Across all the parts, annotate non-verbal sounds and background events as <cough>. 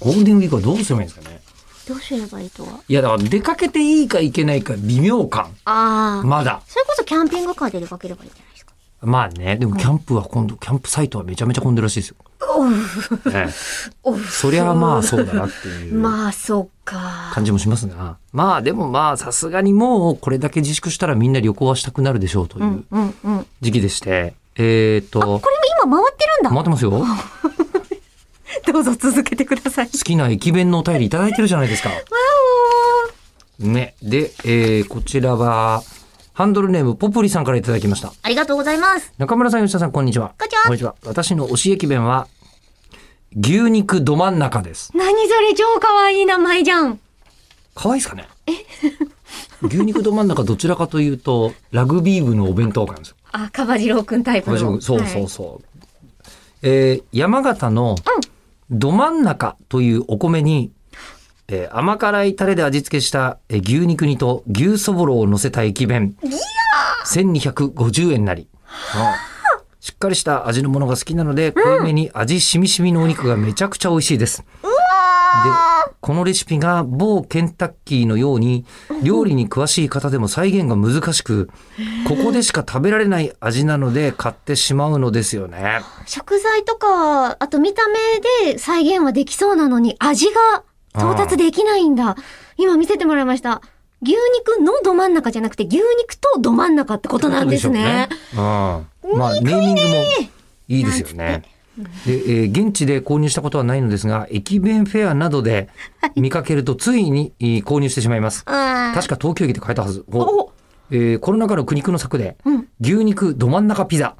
ゴールデンウィークはどうすればいいんですかね。どうすればいいとはいや、だから出かけていいかいけないか微妙感。ああ。まだ。それこそキャンピングカーで出かければいいんじゃないですか。まあね、でもキャンプは今度、キャンプサイトはめちゃめちゃ混んでるらしいですよ。えおえそりゃまあそうだなっていうまあ、そうか。、感じもしますが。まあでもまあさすがにもうこれだけ自粛したらみんな旅行はしたくなるでしょうといううんうん、うん。時期でして。えっ、あ、これもと、今回ってるん待ってますよ。だ。どうぞ続けてくだ <laughs> さい。好きな駅弁のお便りいただいてるじゃないですか。ね。で、えーこちらは、ハンドルネームポプリさんからいただきました。ありがとうございます。中村さん、吉田さん、こんにちは。こんにちは私の推し駅弁は、牛肉ど真ん中です。何それ超可愛い名前じゃん。可愛いですかね <laughs> 牛肉ど真ん中どちらかというと、ラグビー部のお弁当会なんですよ。あ、カバジローくんタイプの。そうそうはいそうそう。えー山形のど真ん中というお米に、えー甘辛いタレで味付けした、えー牛肉煮と牛そぼろを乗せた駅弁。1250円なり。しっかりした味のものが好きなので、濃いめに味しみしみのお肉がめちゃくちゃ美味しいです。で、このレシピが某ケンタッキーのように、料理に詳しい方でも再現が難しく、ここでしか食べられない味なので買ってしまうのですよね。食材とか、あと見た目で再現はできそうなのに、味が到達できないんだ。今見せてもらいました。牛肉のど真ん中じゃなくて、牛肉とど真ん中ってことなんですね。うん。まあ、ネーミングもいいですよね。で、えー現地で購入したことはないのですが、駅弁フェアなどで見かけるとついにえー購入してしまいます。うん。確か東京駅で買えたはず。おおえーコロナ禍の苦肉の策で、うん牛肉ど真ん中ピザ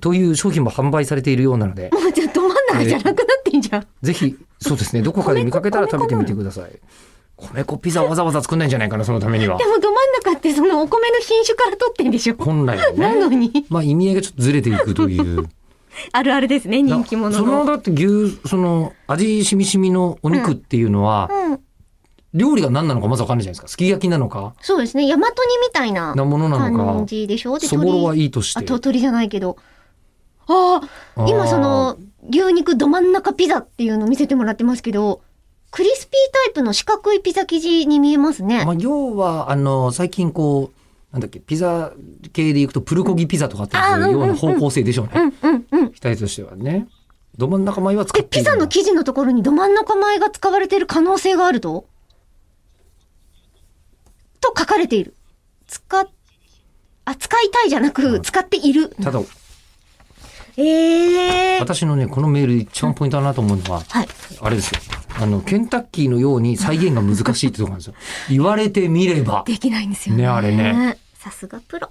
という商品も販売されているようなので、もうじゃあど真ん中じゃなくなってんじゃん。ぜひ、そうです <laughs> ね、どこかで見かけたら食べてみてください。米粉ピザわざわざ作んないんじゃないかな、そのためにはで。もど真ん中ってそのお米の品種から取ってんでしょ本来はなね。のに、まあ意味合いがちょっとずれていくという。あるあるですね、 <laughs> 人気者そのの。だって牛、その味しみしみのお肉っていうのは、うん。料理が何なのかまずわかんないじゃないですか。すき焼きなのか、そうですね、大和煮みたいななものなの感か、じでしょでそぼろはいいいいとしあ、て。と鳥じゃないけど。ああ、今その、牛肉ど真ん中ピザっていうの見せてもらってますけど、クリスピータイプの四角いピザ生地に見えますね。まあ、要は、あの、最近こう、なんだっけ、ピザ系でいくとプルコギピザとかっていうような方向性でしょううね。んうんうん。期待としてはね。ど真ん中前は使で、っていピるザの生地のところにど真ん中前が使われている可能性があるとと書かれている。使っ、あ、使いたいじゃなうく、ん使っている。ただ、ええー。私のね、このメールで一番ポイントだなと思うのは、はい。あれですよ。あの、ケンタッキーのように再現が難しいってとこなんですよ。言われてみれば。できないんですよね。ねあれね。さすがプロ。